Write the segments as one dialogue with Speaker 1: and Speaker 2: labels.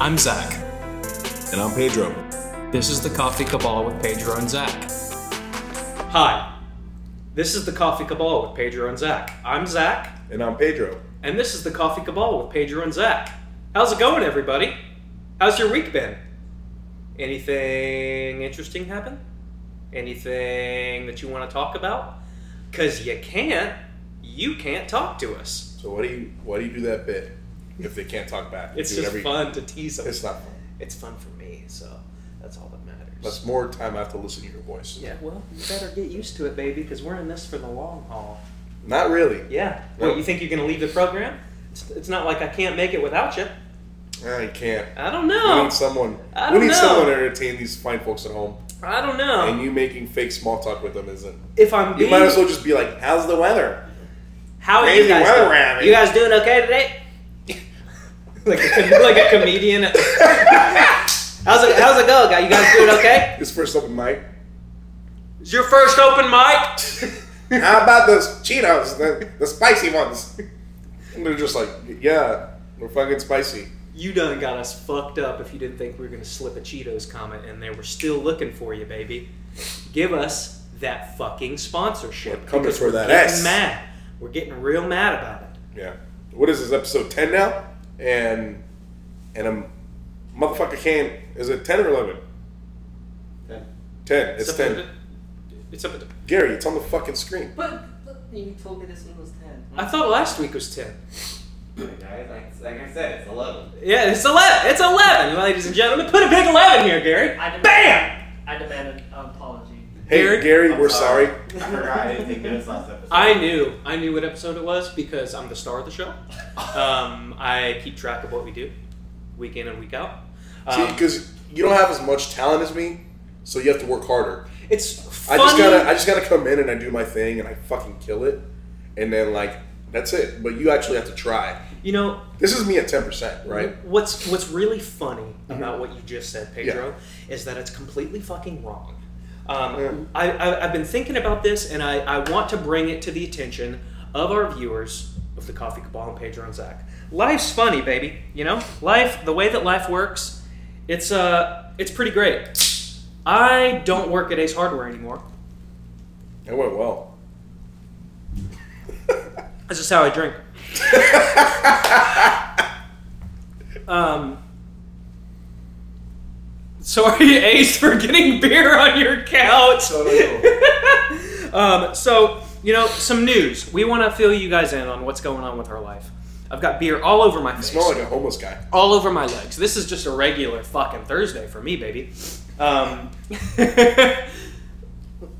Speaker 1: I'm Zach.
Speaker 2: And I'm Pedro.
Speaker 1: This is the Coffee Cabal with Pedro and Zach. Hi. This is the Coffee Cabal with Pedro and Zach. I'm Zach,
Speaker 2: And I'm Pedro.
Speaker 1: and this is the Coffee Cabal with Pedro and Zach. How's it going, everybody? How's your week been? Anything interesting happen? Anything that you want to talk about? Because you can't. You can't talk to us.
Speaker 2: So what do you why do you do that bit if they can't talk back? You
Speaker 1: It's
Speaker 2: do
Speaker 1: just
Speaker 2: it every-
Speaker 1: fun to tease them.
Speaker 2: It's not fun.
Speaker 1: It's fun for me, so that's all that matters.
Speaker 2: That's more time I have to listen to your voice.
Speaker 1: Yeah, well, you better get used to it, baby, because we're in this for the long haul.
Speaker 2: Not really.
Speaker 1: Yeah.
Speaker 2: No.
Speaker 1: What, you think you're going to leave the program? It's, it's not like I can't make it without you.
Speaker 2: I can't.
Speaker 1: I don't
Speaker 2: We
Speaker 1: know.
Speaker 2: need someone.
Speaker 1: I
Speaker 2: we
Speaker 1: don't
Speaker 2: need
Speaker 1: know.
Speaker 2: someone to entertain these fine folks at home.
Speaker 1: I don't know.
Speaker 2: And you making fake small talk with them isn't.
Speaker 1: if I'm
Speaker 2: You
Speaker 1: being,
Speaker 2: might as well just be like, "How's the weather?"
Speaker 1: how are you
Speaker 2: crazy
Speaker 1: guys
Speaker 2: weather
Speaker 1: doing?
Speaker 2: rabbit.
Speaker 1: You guys doing okay today? like, a, com- like a comedian. how's, it, how's it go, guy? You guys doing okay?
Speaker 2: It's first open mic.
Speaker 1: It's your first open mic?
Speaker 2: How about those Cheetos, the, the spicy ones? And they're just like, "Yeah, we're fucking spicy."
Speaker 1: you done got us fucked up if you didn't think we were going to slip a Cheetos comment and they were still looking for you, baby. Give us that fucking sponsorship.
Speaker 2: We're coming
Speaker 1: because
Speaker 2: for
Speaker 1: we're
Speaker 2: that
Speaker 1: getting
Speaker 2: ass.
Speaker 1: mad. We're getting real mad about it.
Speaker 2: Yeah. What is this episode ten now? And and a motherfucker came. Is it ten or eleven? Ten. It's
Speaker 1: up
Speaker 2: ten.
Speaker 1: to the- It's up to the-
Speaker 2: Gary, it's on the fucking screen.
Speaker 3: But, but you told me this one was 10.
Speaker 1: I thought last week was 10.
Speaker 3: Guys, like, like I said, it's 11.
Speaker 1: Yeah, it's 11. It's 11, ladies and gentlemen. Put a big 11 here, Gary.
Speaker 4: I demand,
Speaker 1: Bam!
Speaker 4: I demand an apology.
Speaker 2: Hey,
Speaker 1: Gary?
Speaker 2: Gary, we're sorry.
Speaker 3: I forgot I didn't take notes last episode.
Speaker 1: I knew. I knew what episode it was because I'm the star of the show. Um, I keep track of what we do week in and week out.
Speaker 2: See,
Speaker 1: Um,
Speaker 2: because you don't have as much talent as me, so you have to work harder.
Speaker 1: it's funny.
Speaker 2: I just gotta, I just gotta come in and I do my thing and I fucking kill it, and then like that's it. But you actually have to try.
Speaker 1: you know,
Speaker 2: This is me at ten
Speaker 1: Mm-hmm.
Speaker 2: percent, right? Mm-hmm.
Speaker 1: What's What's really funny about what you just said, Pedro, is that it's completely fucking wrong. Um,
Speaker 2: Yeah.
Speaker 1: I, I, I've been thinking about this, and I, I want to bring it to the attention of our viewers of the Coffee Cabal and Pedro and Zach. Life's funny, baby. You know, life the way that life works, it's uh, it's pretty great. I don't work at Ace Hardware anymore.
Speaker 2: It went well.
Speaker 1: That's just how I drink. um, sorry, Ace, for getting beer on your couch. um, so, you know, some news. We want to fill you guys in on what's going on with our life. I've got beer all over my
Speaker 2: I
Speaker 1: face,
Speaker 2: smell like a homeless guy.
Speaker 1: all over my legs. This is just a regular fucking Thursday for me, baby. Um, let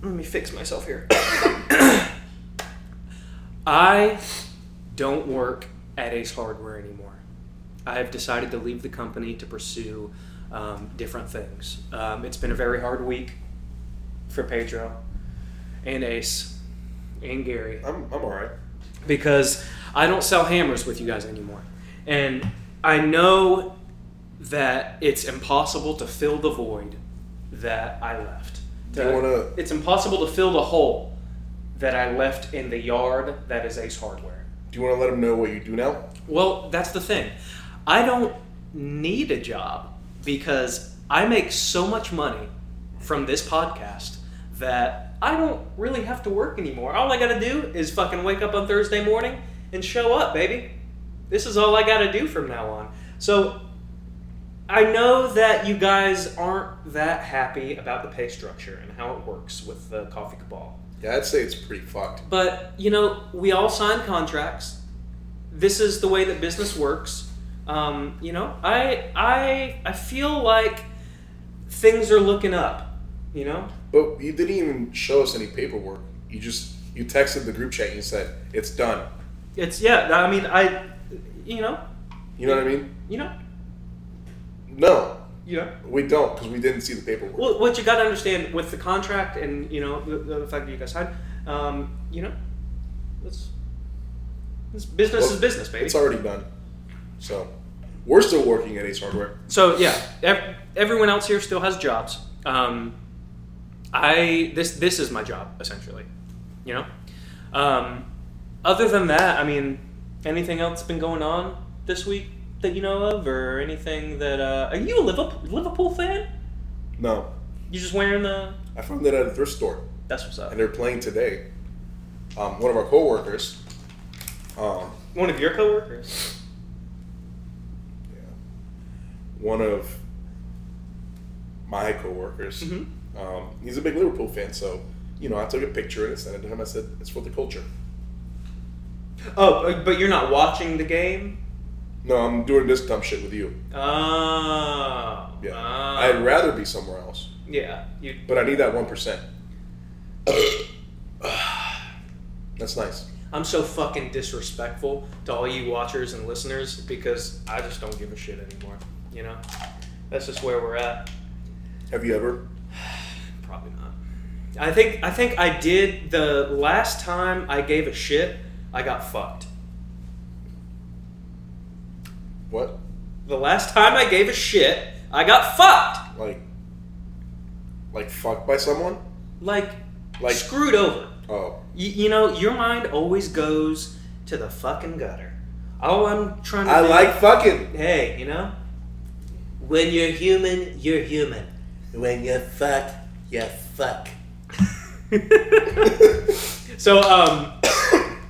Speaker 1: me fix myself here. I don't work at Ace Hardware anymore. I have decided to leave the company to pursue um, different things. Um, it's been a very hard week for Pedro and Ace and Gary
Speaker 2: I'm, I'm all right.
Speaker 1: because I don't sell hammers with you guys anymore. And I know that it's impossible to fill the void that I left.
Speaker 2: Do you wanna-
Speaker 1: It's impossible to fill the hole that I left in the yard that is Ace Hardware.
Speaker 2: Do you want to let him know what you do now?
Speaker 1: Well, that's the thing. I don't need a job because I make so much money from this podcast that I don't really have to work anymore. All I got to do is fucking wake up on Thursday morning and show up, baby. This is all I got to do from now on. So I know that you guys aren't that happy about the pay structure and how it works with the coffee cabal.
Speaker 2: Yeah, I'd say it's pretty fucked.
Speaker 1: But you know, we all sign contracts. This is the way that business works. Um, you know, I I I feel like things are looking up. You know,
Speaker 2: But you didn't even show us any paperwork. You just you texted the group chat and you said it's done.
Speaker 1: it's yeah. I mean, I you know
Speaker 2: You know what I mean?
Speaker 1: you know
Speaker 2: No,
Speaker 1: you know.
Speaker 2: we don't because we didn't see the paperwork.
Speaker 1: Well, what you got to understand with the contract and you know the, the fact that you guys signed, um, you know, it's, it's business is
Speaker 2: Well,
Speaker 1: business, baby.
Speaker 2: It's already done. So we're still working at Ace Hardware.
Speaker 1: So yeah, ev- everyone else here still has jobs. Um, I this this is my job essentially, you know. Um, other than that, I mean, anything else been going on this week that you know of, or anything that? Uh, are you a Liverpool, Liverpool fan?
Speaker 2: No,
Speaker 1: You just wearing the?
Speaker 2: I found it at a thrift store,
Speaker 1: That's what's up.
Speaker 2: and they're playing today. Um, one of our coworkers. Um,
Speaker 1: One of your coworkers.
Speaker 2: yeah, one of my coworkers.
Speaker 1: Mhm.
Speaker 2: Um, he's a big Liverpool fan, so you know I took a picture and I sent it to him. I said, "It's for the culture."
Speaker 1: Oh, but- but you're not watching the game.
Speaker 2: No, I'm doing this dumb shit with you.
Speaker 1: Oh.
Speaker 2: Yeah,
Speaker 1: Ah.
Speaker 2: I'd rather be somewhere else,
Speaker 1: Yeah. You.
Speaker 2: but I need that one percent. That's nice.
Speaker 1: I'm so fucking disrespectful to all you watchers and listeners because I just don't give a shit anymore. You know, that's just where we're at.
Speaker 2: Have you ever?
Speaker 1: Probably not. I think I think I did the last time I gave a shit. I got fucked.
Speaker 2: What?
Speaker 1: The last time I gave a shit, I got fucked.
Speaker 2: Like, like fucked by someone?
Speaker 1: Like,
Speaker 2: Like-
Speaker 1: screwed over.
Speaker 2: Oh,
Speaker 1: You, you know, your mind always goes to the fucking gutter. All I'm trying to
Speaker 2: I
Speaker 1: do-
Speaker 2: like fucking.
Speaker 1: Hey, you know? When you're human, you're human.
Speaker 2: When you fuck, you fuck.
Speaker 1: so, um,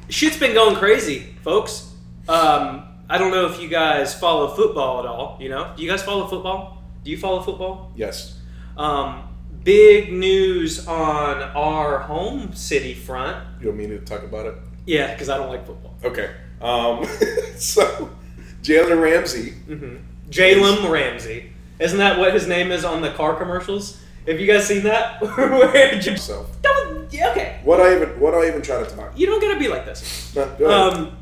Speaker 1: shit's been going crazy, folks. Um, I don't know if you guys follow football at all, you know? Do you guys follow football? Do you follow football?
Speaker 2: Yes.
Speaker 1: Um, big news on our home city front.
Speaker 2: You want me to talk about it?
Speaker 1: Yeah, because I don't like football.
Speaker 2: Okay. Um, so Jalen Ramsey.
Speaker 1: hmm Jalen Ramsey. Isn't that what his name is on the car commercials? Have you guys seen that? Where J-
Speaker 2: So
Speaker 1: Don't- yeah, okay.
Speaker 2: what I even what I even try to talk?
Speaker 1: You don't gotta be like this.
Speaker 2: No, go ahead.
Speaker 1: Um,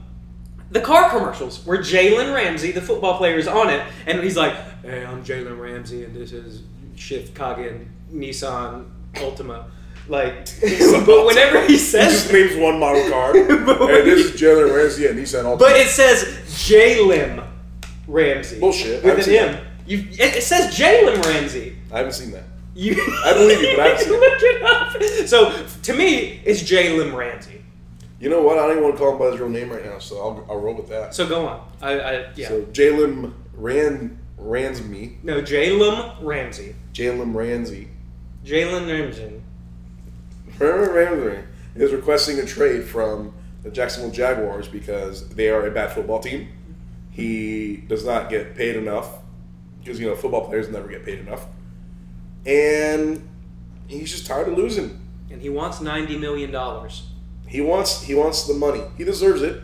Speaker 1: the car commercials where Jalen Ramsey, the football player, is on it, and he's like, "Hey, I'm Jalen Ramsey, and this is Shift Kagen Nissan Ultima." Like, but whenever he
Speaker 2: he
Speaker 1: says,
Speaker 2: just names one model car.
Speaker 1: But
Speaker 2: hey,
Speaker 1: when
Speaker 2: this
Speaker 1: he-
Speaker 2: is Jalen Ramsey, and he said all.
Speaker 1: But it says Jalen Ramsey.
Speaker 2: Bullshit.
Speaker 1: With
Speaker 2: I've
Speaker 1: an
Speaker 2: seen
Speaker 1: M. You, it, it says Jalen Ramsey.
Speaker 2: I haven't seen that.
Speaker 1: You,
Speaker 2: I believe you, but I haven't
Speaker 1: you
Speaker 2: seen it.
Speaker 1: look it up. So to me, it's Jalen Ramsey.
Speaker 2: You know what? I don't even want to call him by his real name right now, so I'll, I'll roll with that.
Speaker 1: So go on. I, I yeah.
Speaker 2: So Jalen Ran Ramsey,
Speaker 1: no, Jalen Ramsey.
Speaker 2: Jalen Ramsey,
Speaker 1: Jalen Ramsey.
Speaker 2: Jalen Ramsey is requesting a trade from the Jacksonville Jaguars because they are a bad football team. He does not get paid enough because you know football players never get paid enough, and he's just tired of losing.
Speaker 1: And he wants ninety million dollars.
Speaker 2: He wants he wants the money. He deserves it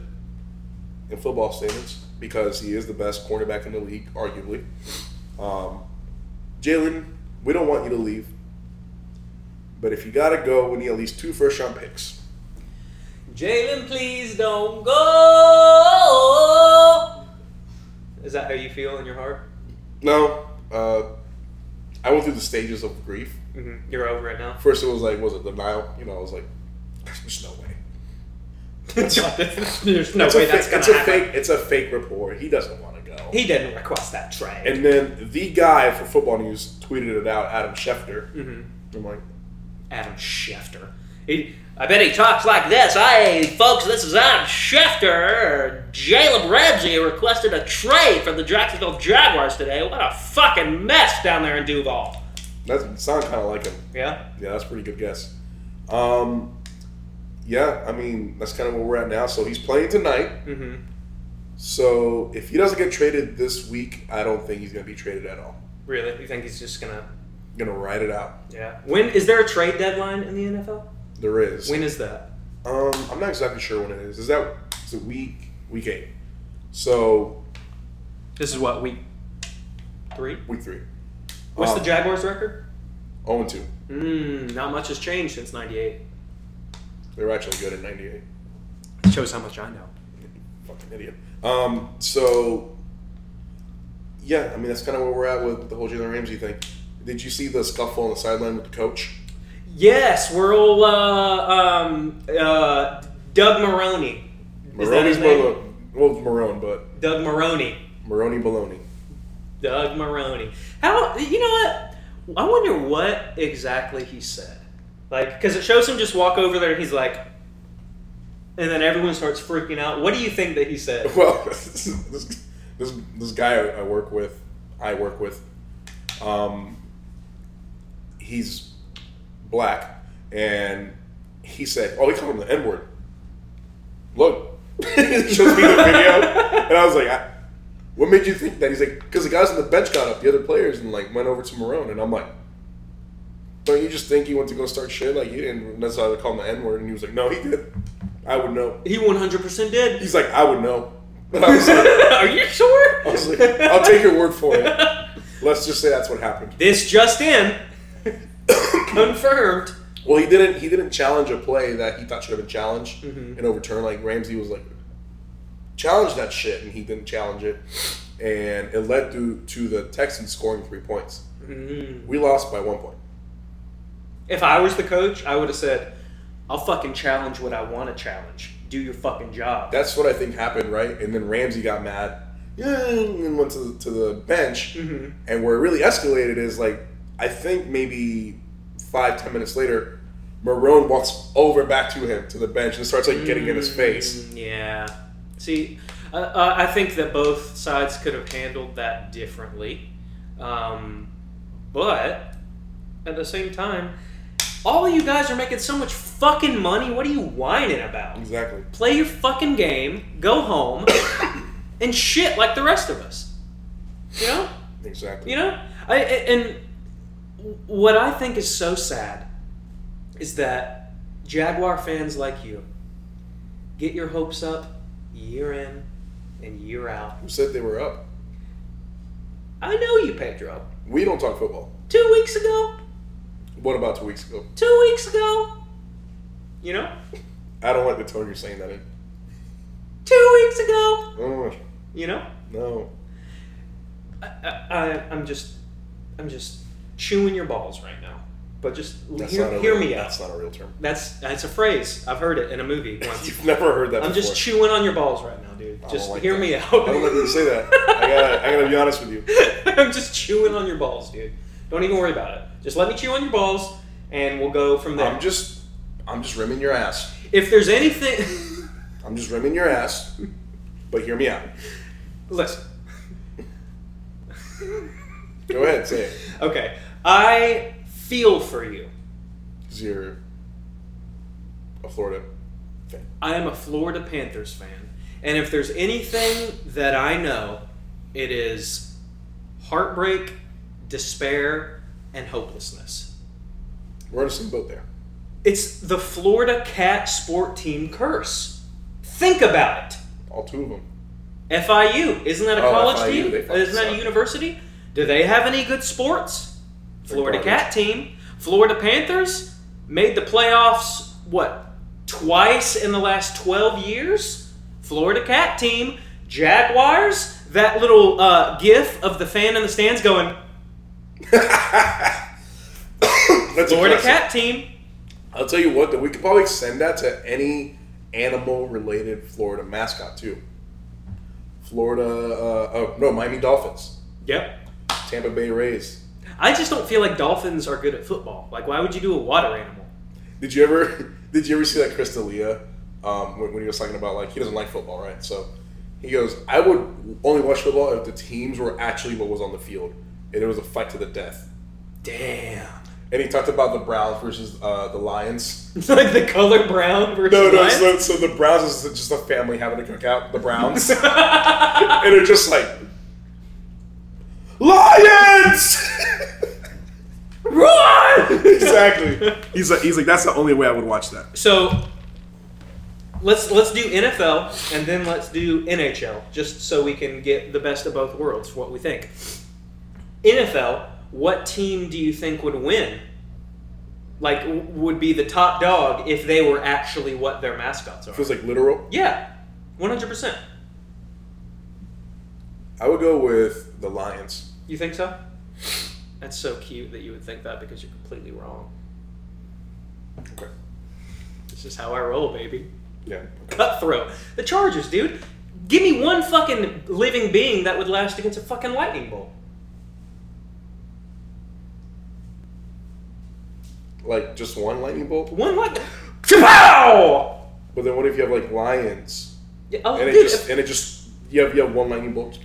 Speaker 2: in football standards because he is the best cornerback in the league, arguably. Um, Jalen, we don't want you to leave, but if you gotta go, we need at least two first round picks.
Speaker 1: Jalen, please don't go. Is that how you feel in your heart?
Speaker 2: No, uh, I went through the stages of grief.
Speaker 1: Mm-hmm. You're over it now.
Speaker 2: First, it was like, was it denial? You know, I was like, there's no way.
Speaker 1: There's no
Speaker 2: it's
Speaker 1: way
Speaker 2: a
Speaker 1: that's
Speaker 2: fake,
Speaker 1: gonna
Speaker 2: it's a
Speaker 1: happen.
Speaker 2: fake. It's a fake report. He doesn't want to go.
Speaker 1: He didn't request that trade.
Speaker 2: And then the guy for football news tweeted it out, Adam Schefter.
Speaker 1: hmm
Speaker 2: I'm like,
Speaker 1: Adam Schefter. He, I bet he talks like this. Hey, folks, this is Adam Schefter. Jalen Ramsey requested a trade from the Jacksonville Jaguars today. What a fucking mess down there in Duval.
Speaker 2: that sound kind of like him.
Speaker 1: Yeah?
Speaker 2: Yeah, that's a pretty good guess. Um, yeah, I mean that's kind of where we're at now. So he's playing tonight.
Speaker 1: Mm-hmm.
Speaker 2: So if he doesn't get traded this week, I don't think he's gonna be traded at all.
Speaker 1: Really? You think he's just gonna.
Speaker 2: gonna ride it out.
Speaker 1: Yeah. When is there a trade deadline in the NFL?
Speaker 2: There is.
Speaker 1: When is that?
Speaker 2: Um, I'm not exactly sure when it is. Is that is it week week eight? So
Speaker 1: This is what, week three?
Speaker 2: week three.
Speaker 1: What's
Speaker 2: Um,
Speaker 1: the Jaguars record?
Speaker 2: zero and two?
Speaker 1: Mm, not much has changed since 98.
Speaker 2: They were actually good in '98.
Speaker 1: Shows how much I know.
Speaker 2: fucking idiot. Um, so yeah, I mean that's kind of where we're at with the whole Jalen Ramsey thing. Did you see the scuffle on the sideline with the coach?
Speaker 1: Yes, we're all uh, um, uh, Doug Maroney. Is that his
Speaker 2: Maroney's
Speaker 1: name?
Speaker 2: Malo- well, it's Marone, but
Speaker 1: Doug Maroney.
Speaker 2: Maroni Baloney.
Speaker 1: Doug Maroney. How you know what? I wonder what exactly he said. Like, because it shows him just walk over there, and he's like, and then everyone starts freaking out. What do you think that he said?
Speaker 2: Well, this, This this guy I, I work with, I work with, um, he's black, and he said, "Oh, we call him the N word." Look, he shows me the video, and I was like, I, "What made you think that?" He's like, "Because the guys on the bench got up, the other players, and like went over to Marone," and I'm like. Don't you just think he went to go start shit like you didn't? That's why they call him the N word. And he was like, "No, he did. I would know."
Speaker 1: He 100% did.
Speaker 2: He's like, "I would know." And I was like,
Speaker 1: Are you sure?
Speaker 2: I was like, I'll take your word for it. Let's just say that's what happened.
Speaker 1: This just in. Confirmed.
Speaker 2: Well, he didn't. He didn't challenge a play that he thought should have been challenged
Speaker 1: Mhm.
Speaker 2: and overturned. Like Ramsey was like, challenge that shit, and he didn't challenge it, and it led to to the Texans scoring three points.
Speaker 1: Mm.
Speaker 2: We lost by one point.
Speaker 1: If I was the coach, I would have said, I'll fucking challenge what I want to challenge. Do your fucking job.
Speaker 2: That's what I think happened, right? And then Ramsey got mad, yeah, and then went to the, to the bench.
Speaker 1: Mhm.
Speaker 2: And where it really escalated is like, I think maybe five ten minutes later, Marone walks over back to him to the bench and starts like getting in his face.
Speaker 1: Mm, Yeah. See, uh, uh, I think that both sides could have handled that differently. Um, but at the same time, all you guys are making so much fucking money. What are you whining about?
Speaker 2: Exactly.
Speaker 1: Play your fucking game, go home, and shit like the rest of us. You know?
Speaker 2: Exactly.
Speaker 1: You know, I I- and what I think is so sad is that Jaguar fans like you get your hopes up year in and year out.
Speaker 2: Who said they were up?
Speaker 1: I know you, Pedro.
Speaker 2: We don't talk football.
Speaker 1: Two weeks ago,
Speaker 2: What about two weeks ago?
Speaker 1: two weeks ago, you know,
Speaker 2: I don't like the tone you're saying that in.
Speaker 1: two weeks ago,
Speaker 2: Oh,
Speaker 1: you know.
Speaker 2: no.
Speaker 1: I, I, I- I'm just, I'm just chewing your balls right now. But just
Speaker 2: That's
Speaker 1: hear,
Speaker 2: not a
Speaker 1: hear
Speaker 2: real,
Speaker 1: me out.
Speaker 2: That's not a real term.
Speaker 1: That's that's a phrase. I've heard it in a movie once.
Speaker 2: You've never heard that
Speaker 1: I'm
Speaker 2: before.
Speaker 1: just chewing on your balls right now, dude.
Speaker 2: I don't
Speaker 1: Just
Speaker 2: Oh, like
Speaker 1: hear
Speaker 2: that.
Speaker 1: me out.
Speaker 2: I don't like that you say that. I gotta, I gotta be honest with you.
Speaker 1: I'm just chewing on your balls, dude. Don't even worry about it. Just let me chew on your balls, and we'll go from there.
Speaker 2: I'm just, I'm just rimming your ass.
Speaker 1: if there's anything,
Speaker 2: I'm just rimming your ass. But hear me out.
Speaker 1: listen.
Speaker 2: Go ahead, say it.
Speaker 1: Okay, I feel for you.
Speaker 2: 'Cause you're a Florida fan.
Speaker 1: I am a Florida Panthers fan, and if there's anything that I know, it is heartbreak, despair, and hopelessness.
Speaker 2: We're in the same boat there.
Speaker 1: It's the Florida Cat sport team curse. Think about it.
Speaker 2: All two of them.
Speaker 1: FIU isn't that a
Speaker 2: Oh,
Speaker 1: college
Speaker 2: FIU,
Speaker 1: team?
Speaker 2: they fucking
Speaker 1: Isn't that a
Speaker 2: suck.
Speaker 1: university? Do they have any good sports?
Speaker 2: They're
Speaker 1: Florida
Speaker 2: garbage.
Speaker 1: Cat team, Florida Panthers made the playoffs what twice in the last twelve years. Florida Cat team, Jaguars. That little uh, GIF of the fan in the stands going
Speaker 2: That's
Speaker 1: Florida
Speaker 2: impressive.
Speaker 1: Cat team.
Speaker 2: I'll tell you what, though, we could probably send that to any animal-related Florida mascot too. Florida, uh, oh no, Miami Dolphins,
Speaker 1: Yep.
Speaker 2: Tampa Bay Rays.
Speaker 1: I just don't feel like dolphins are good at football. Like, why would you do a water animal?
Speaker 2: Did you ever, did you ever see that Chris D'Elia, um, when, when he was talking about like he doesn't like football, right? So he goes, I would only watch football if the teams were actually what was on the field, and it was a fight to the death.
Speaker 1: Damn.
Speaker 2: And he talked about the Browns versus uh, the Lions.
Speaker 1: It's like the color brown versus
Speaker 2: No, no.
Speaker 1: lions.
Speaker 2: So, so the Browns is just a family having a cookout. The Browns, and they're just like lions.
Speaker 1: Run!
Speaker 2: exactly. He's like, he's like, that's the only way I would watch that.
Speaker 1: So let's let's do NFL and then let's do NHL just so we can get the best of both worlds for what we think. NFL, what team do you think would win? Like w- would be the top dog if they were actually what their mascots are.
Speaker 2: Feels like literal.
Speaker 1: Yeah. 100%.
Speaker 2: I would go with the Lions.
Speaker 1: You think so? That's so cute that you would think that because you're completely wrong.
Speaker 2: Okay.
Speaker 1: This is how I roll, baby.
Speaker 2: Yeah.
Speaker 1: cutthroat. The Chargers, dude. Give me one fucking living being that would last against a fucking lightning bolt.
Speaker 2: Like just one lightning bolt.
Speaker 1: One lightning. Pow!
Speaker 2: But then what if you have like lions
Speaker 1: Yeah, oh,
Speaker 2: and it
Speaker 1: dude,
Speaker 2: just
Speaker 1: if-
Speaker 2: and it just you have you have one lightning bolt.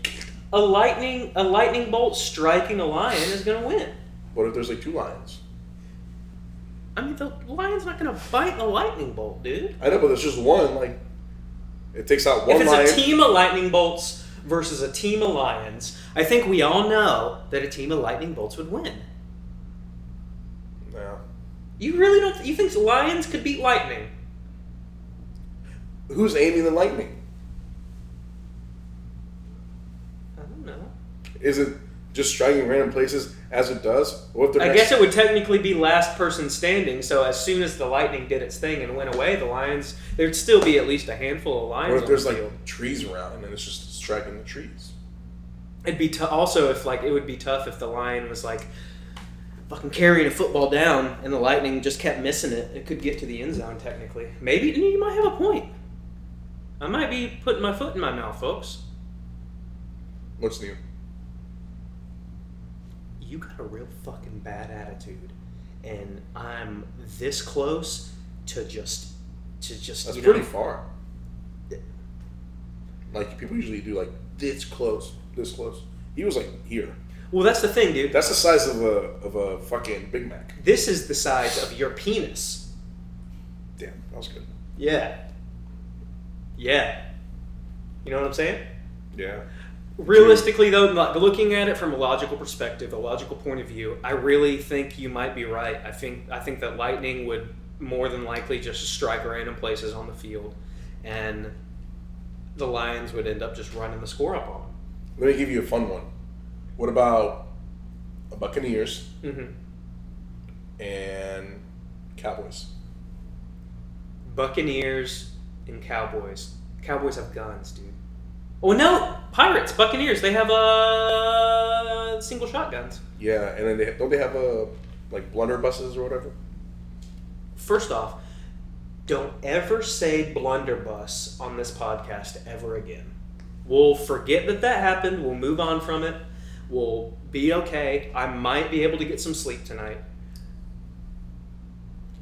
Speaker 1: a lightning a lightning bolt striking a lion is gonna win.
Speaker 2: What if there's like two lions?
Speaker 1: I mean, the lion's not gonna bite a lightning bolt, dude.
Speaker 2: I know, but there's just one. Like, it takes out one
Speaker 1: if it's
Speaker 2: lion.
Speaker 1: a team of lightning bolts versus a team of lions, I think we all know that a team of lightning bolts would win.
Speaker 2: Yeah.
Speaker 1: You really don't? You think lions could beat lightning?
Speaker 2: Who's aiming the lightning?
Speaker 1: I don't know.
Speaker 2: Is it just striking random places as it does? What if they're
Speaker 1: I
Speaker 2: next-
Speaker 1: guess it would technically be last person standing. So as soon as the lightning did its thing and went away, the lions there'd still be at least a handful of lions.
Speaker 2: What if
Speaker 1: on
Speaker 2: there's
Speaker 1: the
Speaker 2: like
Speaker 1: field.
Speaker 2: trees around and it's just striking the trees?
Speaker 1: It'd be t- also if like it would be tough if the lion was like fucking carrying a football down and the lightning just kept missing it. It could get to the end zone technically. Maybe you might have a point. I might be putting my foot in my mouth, folks.
Speaker 2: What's new?
Speaker 1: You got a real fucking bad attitude, and I'm this close to just to just
Speaker 2: That's
Speaker 1: you
Speaker 2: pretty
Speaker 1: know,
Speaker 2: far. Like people usually do, like this close, this close. He was like here.
Speaker 1: well. That's the thing, dude.
Speaker 2: That's the size of a of a fucking Big Mac.
Speaker 1: this is the size of your penis.
Speaker 2: Damn, that was good.
Speaker 1: Yeah. Yeah. You know what I'm saying?
Speaker 2: Yeah.
Speaker 1: Realistically, though, like, looking at it from a logical perspective, a logical point of view, I really think you might be right. I think I think that lightning would more than likely just strike random places on the field, and the Lions would end up just running the score up on
Speaker 2: Let me give you a fun one. What about a Buccaneers
Speaker 1: them. hmm
Speaker 2: and Cowboys?
Speaker 1: Buccaneers and Cowboys. Cowboys have guns, dude. Oh no, Pirates, Buccaneers. They have uh single shotguns.
Speaker 2: Yeah, and then they don't they have a like blunderbusses or whatever?
Speaker 1: First off, don't ever say blunderbuss on this podcast ever again. We'll forget that that happened. We'll move on from it. We'll be okay. I might be able to get some sleep tonight.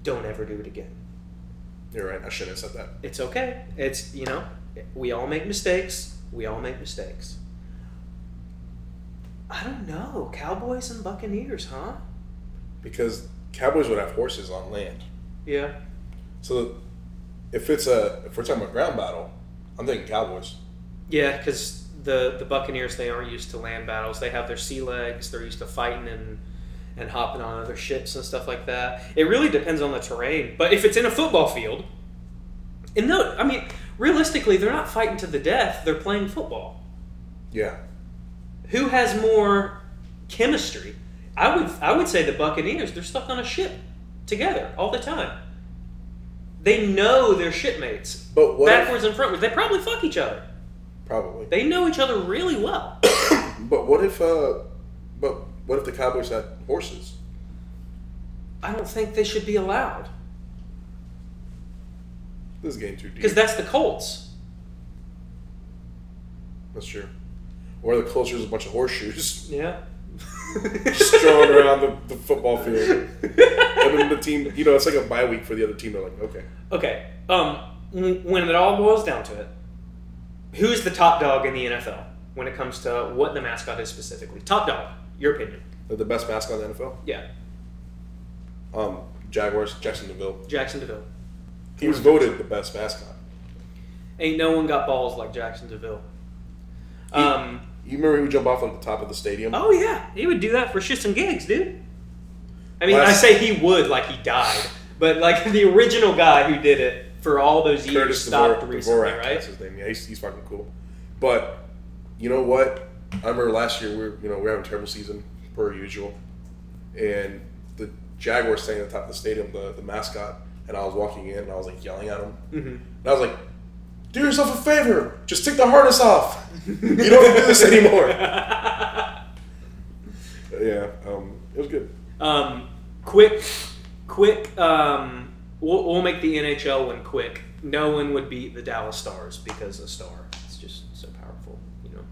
Speaker 1: Don't ever do it again.
Speaker 2: You're right. I shouldn't have said that.
Speaker 1: It's okay. It's, you know, we all make mistakes. We all make mistakes. I don't know. Cowboys and Buccaneers, huh?
Speaker 2: because cowboys would have horses on land.
Speaker 1: Yeah.
Speaker 2: So if it's a if we're talking about ground battle, I'm thinking cowboys.
Speaker 1: Yeah, because the the Buccaneers they aren't used to land battles. They have their sea legs. They're used to fighting and and hopping on other ships and stuff like that. It really depends on the terrain. But if it's in a football field, and no, I mean realistically, they're not fighting to the death. They're playing football.
Speaker 2: Yeah,
Speaker 1: Who has more chemistry? I would I would say the Buccaneers. They're stuck on a ship together all the time. They know their shipmates
Speaker 2: but what? if-
Speaker 1: backwards and frontwards. They probably fuck each other.
Speaker 2: probably.
Speaker 1: They know each other really well.
Speaker 2: But what if? uh But what if the cowboys had horses?
Speaker 1: I don't think they should be allowed
Speaker 2: This is getting too deep.
Speaker 1: because that's the Colts.
Speaker 2: That's true. Or the culture is a bunch of horseshoes
Speaker 1: Yeah.
Speaker 2: just thrown around the, the football field. And then the team, you know, it's like a bye week for the other team. They're like, okay,
Speaker 1: Okay. Um, when when it all boils down to it, who's the top dog in the NFL when it comes to what the mascot is specifically? Top dog. Your opinion?
Speaker 2: they're the best mascot in the NFL.
Speaker 1: Yeah.
Speaker 2: Um, Jaguars, Jacksonville.
Speaker 1: Jackson DeVille.
Speaker 2: He was voted the best mascot.
Speaker 1: Ain't no one got balls like Jackson DeVille. Um.
Speaker 2: You remember he would jump off like the top of the stadium?
Speaker 1: Oh yeah, he would do that for shits and gigs, dude. I mean, I
Speaker 2: Last-
Speaker 1: say he would like he died, but like the original guy who did it for all those years
Speaker 2: Curtis
Speaker 1: stopped
Speaker 2: Dvor-
Speaker 1: recently,
Speaker 2: Dvorak,
Speaker 1: right?
Speaker 2: That's his name. Yeah, he's, he's fucking cool. But you know what? I remember last year we were you know we were having a terrible season per usual, and the Jaguars staying at the top of the stadium, the, the mascot, and I was walking in and I was like yelling at him,
Speaker 1: Mm-hmm.
Speaker 2: and I was like, "Do yourself a favor, just take the harness off. You don't have to do this anymore." yeah, um, it was good.
Speaker 1: um, quick, quick. Um, we'll, we'll make the NHL one quick. No one would beat the Dallas Stars because a star is just so powerful. You know,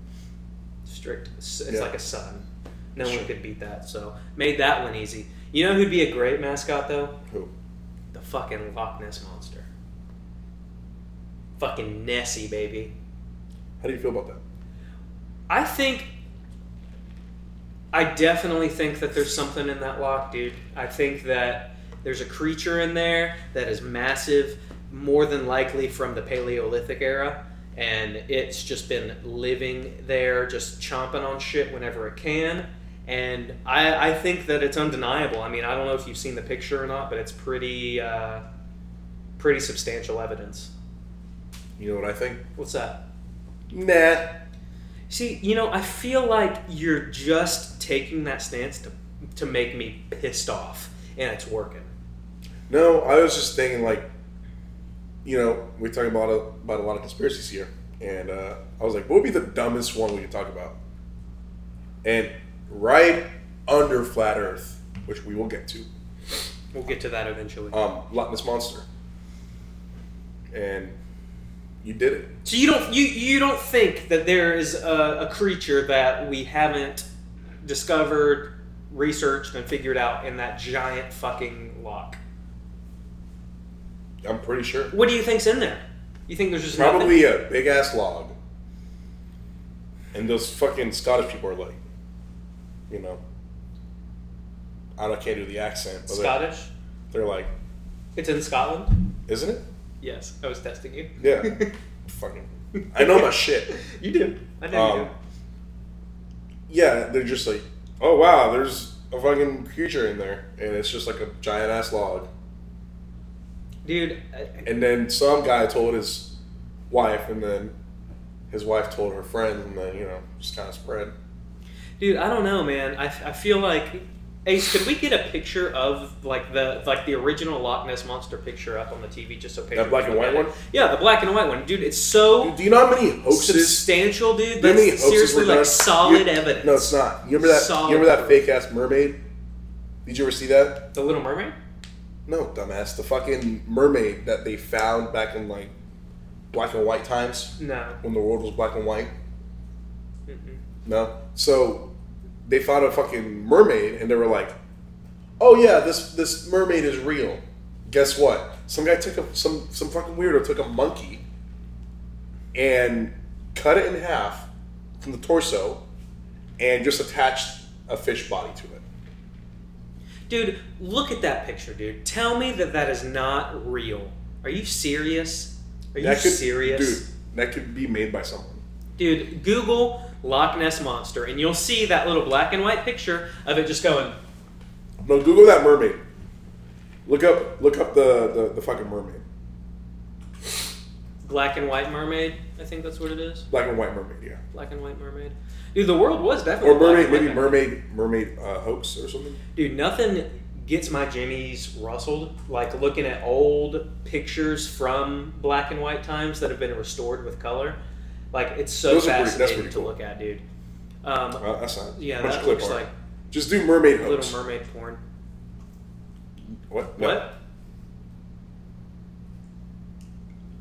Speaker 1: strict. It's, it's
Speaker 2: Yeah.
Speaker 1: like a sun. No
Speaker 2: Sure.
Speaker 1: one could beat that. So made that one easy. You know who'd be a great mascot though?
Speaker 2: Who?
Speaker 1: The fucking Loch Ness monster. Fucking Nessie, baby.
Speaker 2: How do you feel about that?
Speaker 1: I think. I definitely think that there's something in that lock, dude. I think that there's a creature in there that is massive, more than likely from the Paleolithic era, and it's just been living there, just chomping on shit whenever it can. And I, I think that it's undeniable. I mean, I don't know if you've seen the picture or not, but it's pretty, uh, pretty substantial evidence.
Speaker 2: You know what I think?
Speaker 1: What's that?
Speaker 2: Nah.
Speaker 1: See, you know, I feel like you're just taking that stance to to make me pissed off, and it's working.
Speaker 2: No, I was just thinking like, you know, we're talking about a, about a lot of conspiracies here, and uh, I was like, what would be the dumbest one we could talk about? And right under flat Earth, which we will get to,
Speaker 1: We'll get to that eventually.
Speaker 2: um, Loch Ness monster, and you did it.
Speaker 1: so you don't you you don't think that there is a, a creature that we haven't discovered, researched, and figured out in that giant fucking lock?
Speaker 2: I'm pretty sure.
Speaker 1: What do you think's in there? You think there's just
Speaker 2: Probably
Speaker 1: nothing?
Speaker 2: a big ass log, and those fucking Scottish people are like, you know, I don't- can't do the accent. but they're-
Speaker 1: Scottish?
Speaker 2: They're like,
Speaker 1: It's in Scotland.
Speaker 2: isn't it?
Speaker 1: Yes, I was testing you.
Speaker 2: Yeah. Fucking. I know my shit.
Speaker 1: you do. I know you
Speaker 2: Um,
Speaker 1: do.
Speaker 2: yeah, they're just like, oh wow, there's a fucking creature in there, and it's just like a giant ass log.
Speaker 1: Dude, I-
Speaker 2: And then some guy told his wife, and then his wife told her friend, and then you know, just kind of spread.
Speaker 1: Dude, I don't know, man. I, I feel like Ace. Could we get a picture of like the like the original Loch Ness monster picture up on the TV just so people
Speaker 2: black
Speaker 1: can
Speaker 2: and
Speaker 1: look
Speaker 2: white
Speaker 1: at it?
Speaker 2: one?
Speaker 1: Yeah, the black and white one, dude. It's so
Speaker 2: Dude, do you know how many hoaxes?
Speaker 1: substantial, dude.
Speaker 2: do you know
Speaker 1: That's
Speaker 2: how many hoaxes
Speaker 1: seriously
Speaker 2: were
Speaker 1: like
Speaker 2: done?
Speaker 1: solid
Speaker 2: You-
Speaker 1: evidence.
Speaker 2: No, it's not. You remember that?
Speaker 1: Solid
Speaker 2: You remember that
Speaker 1: proof.
Speaker 2: fake ass mermaid? Did you ever see that?
Speaker 1: The Little Mermaid.
Speaker 2: No, dumbass. The fucking mermaid that they found back in like black and white times.
Speaker 1: No.
Speaker 2: when the world was black and white.
Speaker 1: Mm-mm.
Speaker 2: No, so they found a fucking mermaid, and they were like, "Oh yeah, this this mermaid is real." Guess what? Some guy took a some some fucking weirdo took a monkey and cut it in half from the torso, and just attached a fish body to it.
Speaker 1: Dude, look at that picture, dude. Tell me that that is not real. Are you serious? Are you serious?
Speaker 2: dude? That could be made by someone.
Speaker 1: Dude, Google Loch Ness monster, and you'll see that little black and white picture of it just going.
Speaker 2: No, Google that mermaid. Look up look up the the, the fucking mermaid,
Speaker 1: Black and White Mermaid. I think that's what it is.
Speaker 2: black and white mermaid. Yeah.
Speaker 1: Black and White Mermaid. Dude, the world was definitely
Speaker 2: Or mermaid,
Speaker 1: black and
Speaker 2: maybe
Speaker 1: white.
Speaker 2: mermaid, mermaid uh, hoax or something.
Speaker 1: Dude, nothing gets my jimmies rustled like looking at old pictures from black and white times that have been restored with color. Like it's so
Speaker 2: Those are pretty- that's
Speaker 1: fascinating
Speaker 2: pretty
Speaker 1: to
Speaker 2: cool.
Speaker 1: look at, dude. Um,
Speaker 2: Uh, that's not.
Speaker 1: yeah,
Speaker 2: bunch of
Speaker 1: that
Speaker 2: clip
Speaker 1: looks
Speaker 2: art.
Speaker 1: like
Speaker 2: Just do mermaid hoax.
Speaker 1: Little Mermaid porn.
Speaker 2: What? No.
Speaker 1: What?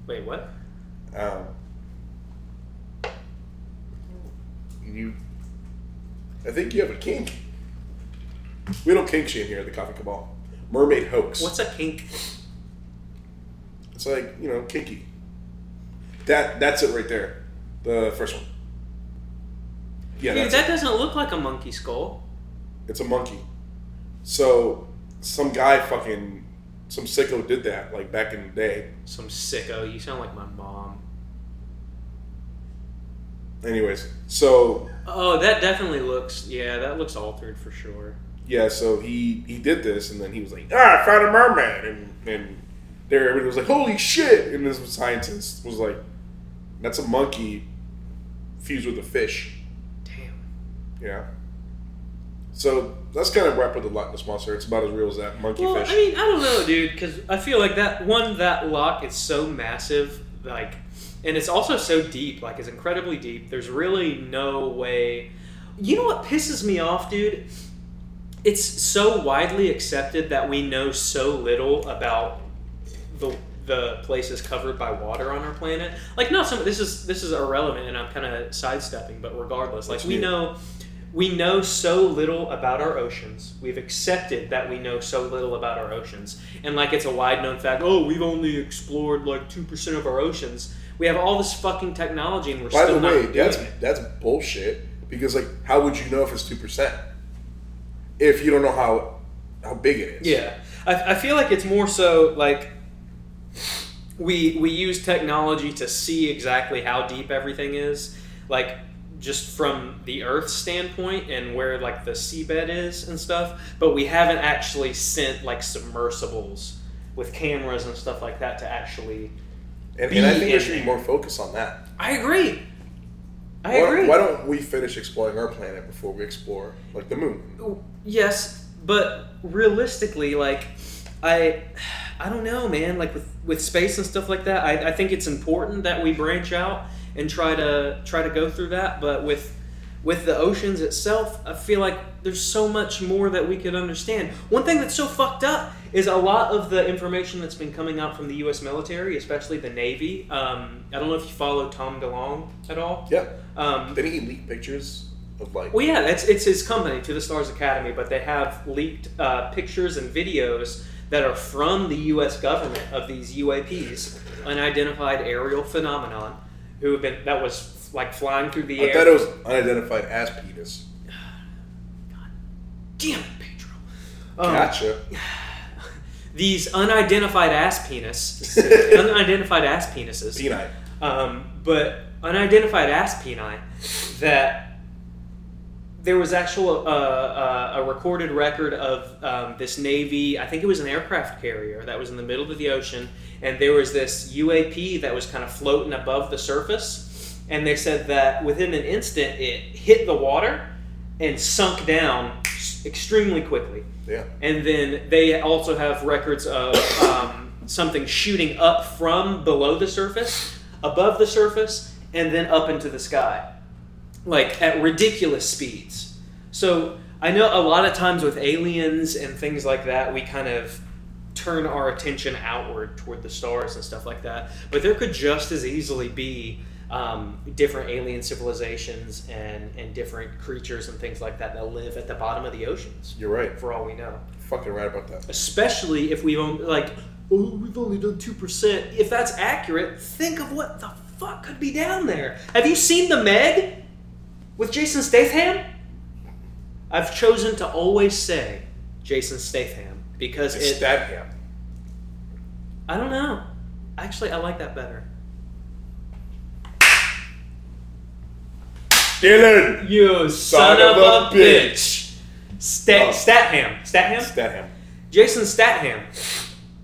Speaker 1: Wait, what?
Speaker 2: Um, you. I think you have a kink. We don't kink shame here at the Coffee Cabal. Mermaid hoax.
Speaker 1: What's a kink?
Speaker 2: It's like you know kinky. That that's it right there. The first one. Yeah,
Speaker 1: Dude,
Speaker 2: that's
Speaker 1: that doesn't look like a monkey skull.
Speaker 2: It's a monkey. So some guy fucking some sicko did that like back in the day.
Speaker 1: Some sicko. You sound like my mom.
Speaker 2: Anyways, so
Speaker 1: Oh, that definitely looks. Yeah, that looks altered for sure.
Speaker 2: yeah, so he he did this, and then he was like, "Ah, I found a mermaid," and and there everybody was like, "Holy shit!" And this scientist was like, "That's a monkey fused with a fish."
Speaker 1: Damn.
Speaker 2: Yeah. So that's kind of wrapped up the Loch Ness monster. It's about as real as that monkey
Speaker 1: Well,
Speaker 2: fish.
Speaker 1: I mean, I don't know, dude, because I feel like that one, that lock is so massive, like, and it's also so deep, like, it's incredibly deep. There's really no way. You know what pisses me off, dude? It's so widely accepted that we know so little about the the places covered by water on our planet. Like, no, some this is this is irrelevant, and I'm kind of sidestepping, but regardless, like,
Speaker 2: That's
Speaker 1: we
Speaker 2: new.
Speaker 1: know we know so little about our oceans. We've accepted that we know so little about our oceans. And like it's a wide known fact, oh, we've only explored like 2% of our oceans. We have all this fucking technology and we're
Speaker 2: By the
Speaker 1: still
Speaker 2: way,
Speaker 1: not
Speaker 2: that's
Speaker 1: doing it.
Speaker 2: that's bullshit. Because like, how would you know if it's two percent if you don't know how how big it is?
Speaker 1: Yeah, I, I feel like it's more so like we we use technology to see exactly how deep everything is, like just from the Earth's standpoint and where like the seabed is and stuff. But we haven't actually sent like submersibles with cameras and stuff like that to actually.
Speaker 2: and, and I
Speaker 1: Be
Speaker 2: think there
Speaker 1: in
Speaker 2: should be
Speaker 1: there.
Speaker 2: more focus on that.
Speaker 1: I agree. I
Speaker 2: why,
Speaker 1: agree.
Speaker 2: Why don't we finish exploring our planet before we explore like the moon?
Speaker 1: yes but realistically like i i don't know man like with with space and stuff like that i, I think it's important that we branch out and try to try to go through that but with with the oceans itself i feel like there's so much more that we could understand one thing that's so fucked up is a lot of the information that's been coming out from the u.s military especially the navy um, i don't know if you follow tom delong at all
Speaker 2: Yeah.
Speaker 1: um,
Speaker 2: Didn't he leak pictures of like?
Speaker 1: well, yeah, it's it's his company, To the Stars Academy, but they have leaked uh, pictures and videos that are from the U.S. government of these UAPs, unidentified aerial phenomenon, who have been that was like flying through the
Speaker 2: I
Speaker 1: air.
Speaker 2: thought it was unidentified ass penis.
Speaker 1: Damn it, Pedro. Um,
Speaker 2: Gotcha.
Speaker 1: These unidentified ass penis, unidentified ass penises.
Speaker 2: Penine.
Speaker 1: um, but unidentified ass peni that there was actual uh, uh, a recorded record of um, this navy i think it was an aircraft carrier that was in the middle of the ocean and there was this uap that was kind of floating above the surface and they said that within an instant it hit the water and sunk down extremely quickly
Speaker 2: Yeah.
Speaker 1: and then they also have records of um, something shooting up from below the surface, above the surface, and then up into the sky, like at ridiculous speeds. So I know a lot of times with aliens and things like that, we kind of turn our attention outward toward the stars and stuff like that. But there could just as easily be um, different alien civilizations and, and different creatures and things like that that live at the bottom of the oceans
Speaker 2: You're right.
Speaker 1: for all we know.
Speaker 2: Fucking right about that.
Speaker 1: Especially if we've only, like, oh, we've only done 2%. If that's accurate, think of what the fuck could be down there. Have you seen The Meg with Jason Statham? I've chosen to always say Jason Statham because
Speaker 2: It's
Speaker 1: it,
Speaker 2: stab him.
Speaker 1: I don't know. Actually, I like that better.
Speaker 2: Dylan.
Speaker 1: You
Speaker 2: son of a bitch.
Speaker 1: Stat,
Speaker 2: Oh.
Speaker 1: Statham. Statham?
Speaker 2: Stab him.
Speaker 1: Jason Statham.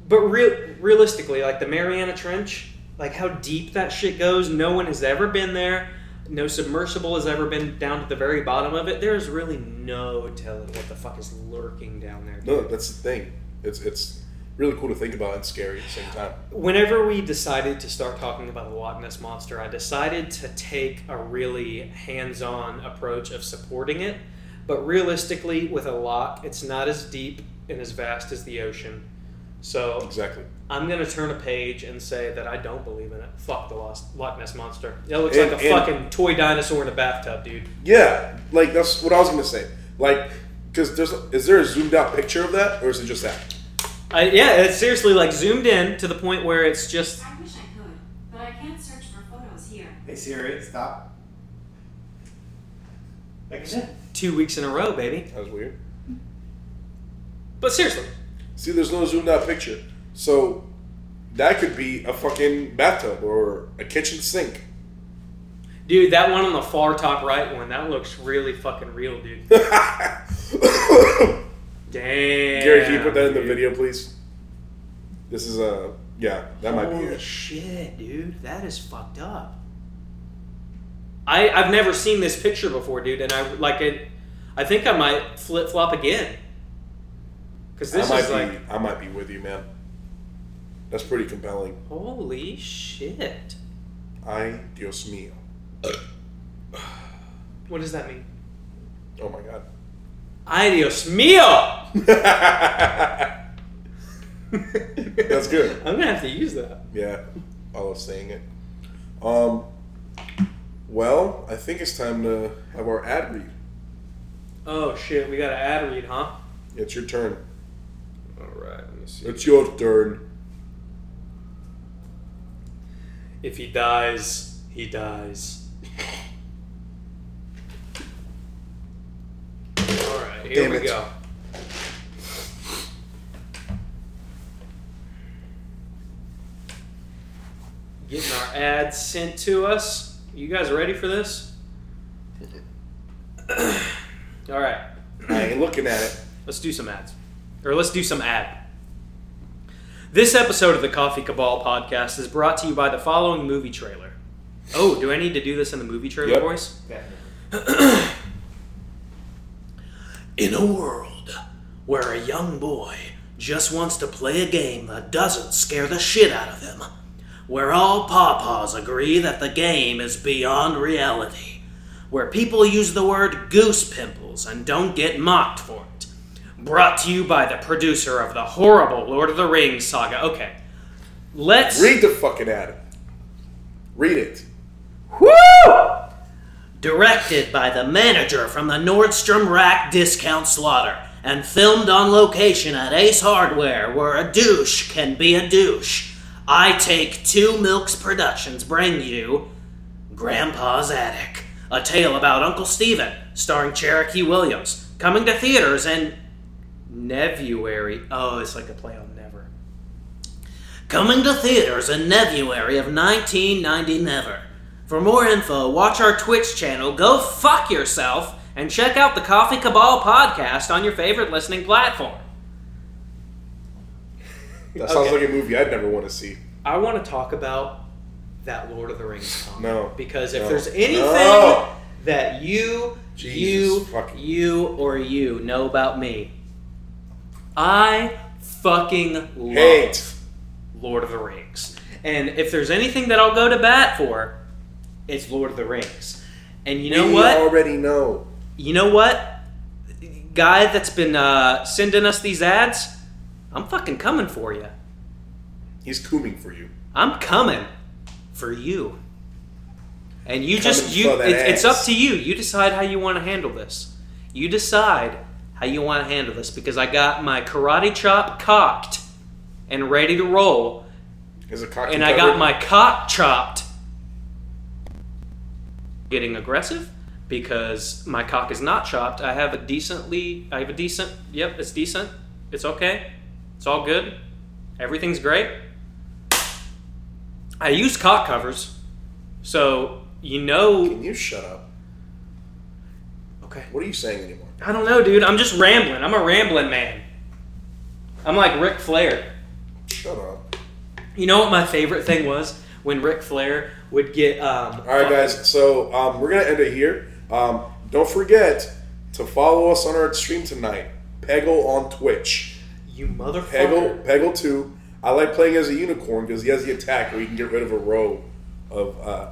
Speaker 1: But real, realistically, like the Mariana Trench, like how deep that shit goes, no one has ever been there. No submersible has ever been down to the very bottom of it. There's really no telling what the fuck is lurking down there.
Speaker 2: No, that's the thing. It's it's really cool to think about and scary at the same time.
Speaker 1: Whenever we decided to start talking about the Loch Ness Monster, I decided to take a really hands on approach of supporting it. But realistically, with a loch, it's not as deep and as vast as the ocean. So
Speaker 2: Exactly.
Speaker 1: I'm gonna turn a page and say that I don't believe in it. Fuck the Lost, Loch Ness monster. It looks
Speaker 2: And-
Speaker 1: like a
Speaker 2: and-
Speaker 1: fucking toy dinosaur in a bathtub, dude.
Speaker 2: Yeah, like that's what I was gonna say. Like, because there's is there a zoomed out picture of that, or is it just that?
Speaker 1: I, yeah, it's seriously like zoomed in to the point where it's just.
Speaker 5: I wish I could, but I can't search for photos here.
Speaker 3: Hey Siri, stop. Like I said.
Speaker 1: Two weeks in a row, baby.
Speaker 2: That was weird.
Speaker 1: But seriously,
Speaker 2: See, there's no zoomed out picture, so that could be a fucking bathtub or a kitchen sink.
Speaker 1: dude, that one on the far top right one, that looks really fucking real, dude.
Speaker 2: Gary,
Speaker 1: Damn.
Speaker 2: can you put that in the
Speaker 1: dude.
Speaker 2: video, please? This is a yeah. That might be
Speaker 1: Holy
Speaker 2: it.
Speaker 1: shit, dude. That is fucked up. I I've never seen this picture before, dude, and I like it. I think I might flip flop again. Cause this
Speaker 2: I might
Speaker 1: is
Speaker 2: be.
Speaker 1: like
Speaker 2: I might be with you, man. That's pretty compelling.
Speaker 1: holy shit.
Speaker 2: I Dios mío.
Speaker 1: What does that mean?
Speaker 2: Oh my god.
Speaker 1: Ay Dios mío.
Speaker 2: That's good.
Speaker 1: I'm gonna have to use that.
Speaker 2: Yeah, I love saying it. Um, well, I think it's time to have our ad read.
Speaker 1: Oh shit, we got an ad read, huh?
Speaker 2: It's your turn.
Speaker 1: All right, let me see.
Speaker 2: It's your turn.
Speaker 1: If he dies, he dies. All right, here
Speaker 2: Damn
Speaker 1: we
Speaker 2: it.
Speaker 1: go. Getting our ads sent to us. You guys ready for this? All right,
Speaker 2: I ain't looking at it.
Speaker 1: let's do some ads. Or let's do some ad. This episode of the Coffee Cabal podcast is brought to you by the following movie trailer. Oh, do I need to do this in the movie trailer
Speaker 2: Yep.
Speaker 1: voice?
Speaker 3: Definitely.
Speaker 1: In a world where a young boy just wants to play a game that doesn't scare the shit out of him, where all pawpaws agree that the game is beyond reality, where people use the word goose pimples and don't get mocked for it. Brought to you by the producer of the horrible Lord of the Rings saga. Okay. Let's
Speaker 2: Read the fucking ad. Read it.
Speaker 1: Woo! Directed by the manager from the Nordstrom Rack Discount Slaughter and filmed on location at Ace Hardware, where a douche can be a douche. I Take Two Milks Productions bring you Grandpa's Attic, a tale about Uncle Steven, starring Cherokee Williams, coming to theaters in. Nevuary. Oh, it's like a play on never. Coming to theaters in Nevuary of 1990 Never. For more info, watch our Twitch channel, go fuck yourself, and check out the Coffee Cabal podcast on your favorite listening platform.
Speaker 2: That sounds
Speaker 1: Okay.
Speaker 2: like a movie I'd never want to see.
Speaker 1: I want to talk about that Lord of the Rings comic.
Speaker 2: No.
Speaker 1: Because if
Speaker 2: No.
Speaker 1: there's anything
Speaker 2: No.
Speaker 1: that you,
Speaker 2: Jesus
Speaker 1: you,
Speaker 2: fucking-
Speaker 1: you, or you know about me, I fucking love
Speaker 2: Hate.
Speaker 1: Lord of the Rings. And if there's anything that I'll go to bat for, it's Lord of the Rings. And you know
Speaker 2: we
Speaker 1: what?
Speaker 2: already know.
Speaker 1: you know what guy that's been uh, sending us these ads i'm fucking coming for you
Speaker 2: He's cooming for you.
Speaker 1: i'm coming for you and you just
Speaker 2: Coming
Speaker 1: you
Speaker 2: for that
Speaker 1: it, it's
Speaker 2: ass.
Speaker 1: up to you you decide how you want to handle this you decide how you want to handle this because i got my karate chop cocked and ready to roll
Speaker 2: Is a cocky
Speaker 1: and i got my cock chopped getting aggressive because my cock is not chopped. I have a decently, I have a decent, yep, it's decent. It's okay. It's all good. Everything's great. I use cock covers. So, you know,
Speaker 2: Can you shut up?
Speaker 1: okay.
Speaker 2: What are you saying anymore?
Speaker 1: I don't know, dude. I'm just rambling. I'm a rambling man. I'm like Ric Flair.
Speaker 2: Shut up.
Speaker 1: You know what my favorite thing was? When Ric Flair would get, um,
Speaker 2: All right, guys. So um, we're gonna end it here. Um, don't forget to follow us on our stream tonight. Peggle on Twitch.
Speaker 1: you motherfucker.
Speaker 2: Peggle. Peggle two. I like playing as a unicorn because he has the attack where he can get rid of a row of uh,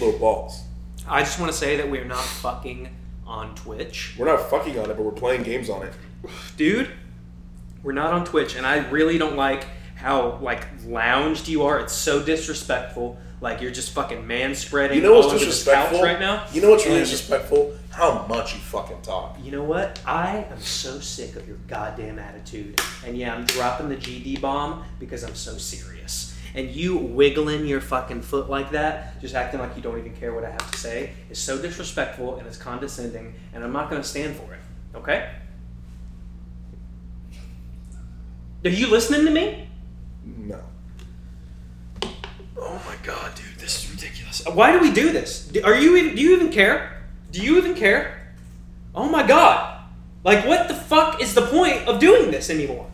Speaker 2: little balls.
Speaker 1: I just want to say that we're not fucking on Twitch.
Speaker 2: We're not fucking on it, but we're playing games on it.
Speaker 1: Dude, we're not on Twitch and I really don't like how like lounged you are. It's so disrespectful. Like you're just fucking man spreading
Speaker 2: You know what's
Speaker 1: all over this couch
Speaker 2: disrespectful?
Speaker 1: right now.
Speaker 2: You know what's really
Speaker 1: And-
Speaker 2: disrespectful? How much you fucking talk.
Speaker 1: You know what? I am so sick of your goddamn attitude. And yeah, I'm dropping the GD bomb because I'm so serious. And you wiggling your fucking foot like that, just acting like you don't even care what I have to say, is so disrespectful and it's condescending, and I'm not gonna stand for it. Okay? Are you listening to me?
Speaker 2: No.
Speaker 1: Oh my god, dude, this is ridiculous. Uh, Why do we do this? Do- Are you even, do you even care? Do you even care? Oh my god. Like what the fuck is the point of doing this anymore?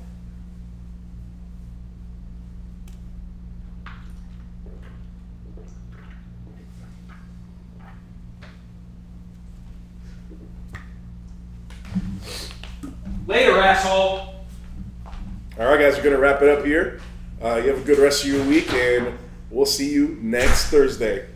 Speaker 1: Later, asshole.
Speaker 2: All right, guys, we're gonna wrap it up here. Uh, you have a good rest of your week, and we'll see you next Thursday.